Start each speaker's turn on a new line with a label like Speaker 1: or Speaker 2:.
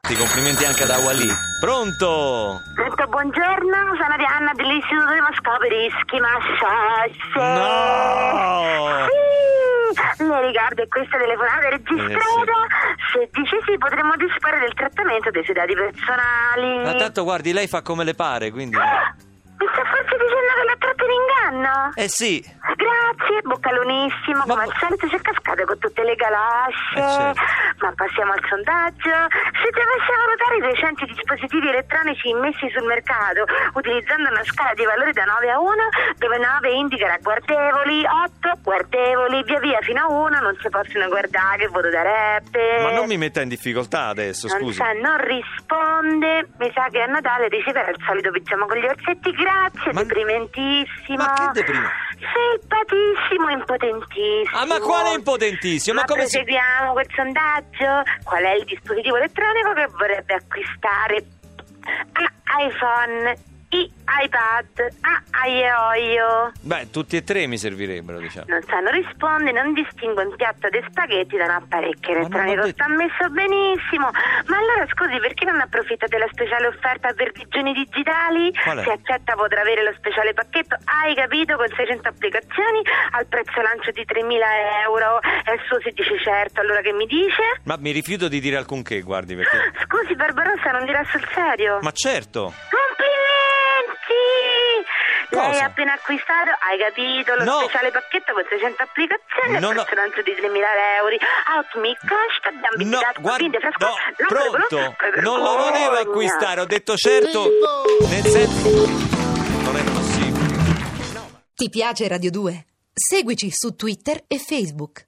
Speaker 1: Ti complimenti anche ad Awali. Pronto?
Speaker 2: Pronto, buongiorno, sono Diana dell'Istituto dei Mascaperischi
Speaker 1: No!
Speaker 2: Massage. Sì, mi ricordo che questa telefonata è registrata.
Speaker 1: Eh,
Speaker 2: Se dici sì, potremmo disporre del trattamento dei suoi dati personali.
Speaker 1: Ma tanto guardi, lei fa come le pare, quindi.
Speaker 2: Ah, Mi sta forse dicendo che l'ho tratto in inganno?
Speaker 1: Eh sì,
Speaker 2: Grazie, boccalonissimo,
Speaker 1: Ma
Speaker 2: come al
Speaker 1: bo-
Speaker 2: solito si è cascata con tutte le galasce.
Speaker 1: Eh, certo.
Speaker 2: Ma passiamo al sondaggio. Se dovessimo valutare i recenti dispositivi elettronici immessi sul mercato, utilizzando una scala di valori da 9 a 1, dove 9 indica la guardevoli, 8 guardevoli, via via fino a 1 non si possono guardare, il voto darebbe.
Speaker 1: ma non mi metta in difficoltà adesso,
Speaker 2: Non
Speaker 1: scusi.
Speaker 2: sa, non risponde. Mi sa che a Natale riceverà il solito pigiama con gli orsetti. Grazie,
Speaker 1: Ma-
Speaker 2: deprimentissimo.
Speaker 1: ma che deprime-
Speaker 2: Simpatissimo, impotentissimo.
Speaker 1: Ah, ma quale impotentissimo? Ma
Speaker 2: Ma
Speaker 1: come si.
Speaker 2: proseguiamo quel sondaggio? Qual è il dispositivo elettronico che vorrebbe acquistare? A iPhone, I iPad, A aioio.
Speaker 1: Beh, tutti e tre mi servirebbero, diciamo.
Speaker 2: Non sa, non risponde, non distingue un piatto di spaghetti da un apparecchio
Speaker 1: Ma non l'ho
Speaker 2: elettronico.
Speaker 1: detto.
Speaker 2: Sta messo benissimo. Ma allora scusi, perché non approfitta della speciale offerta per digiuni digitali?
Speaker 1: Qual è?
Speaker 2: Se accetta potrà avere lo speciale pacchetto, hai capito, con 600 applicazioni al prezzo lancio di 3.000 euro. E il suo si dice certo, allora che mi dice?
Speaker 1: Ma mi rifiuto di dire alcunché, guardi, perché.
Speaker 2: Scusi, Barbarossa, non dirà sul serio?
Speaker 1: Ma certo!
Speaker 2: Complimenti! Lei
Speaker 1: Cosa?
Speaker 2: ha appena acquistato, hai capito, lo
Speaker 1: No.
Speaker 2: speciale pacchetto con 600 applicazioni e
Speaker 1: No, no.
Speaker 2: prezzo lancio di 3.000 euro. Ah, Outmi, cash, abbiamo
Speaker 1: No, guarda, no, pronto, non lo volevo acquistare, ho detto certo, nel senso, non è possibile.
Speaker 3: Ti piace Radio 2? Seguici su Twitter e Facebook.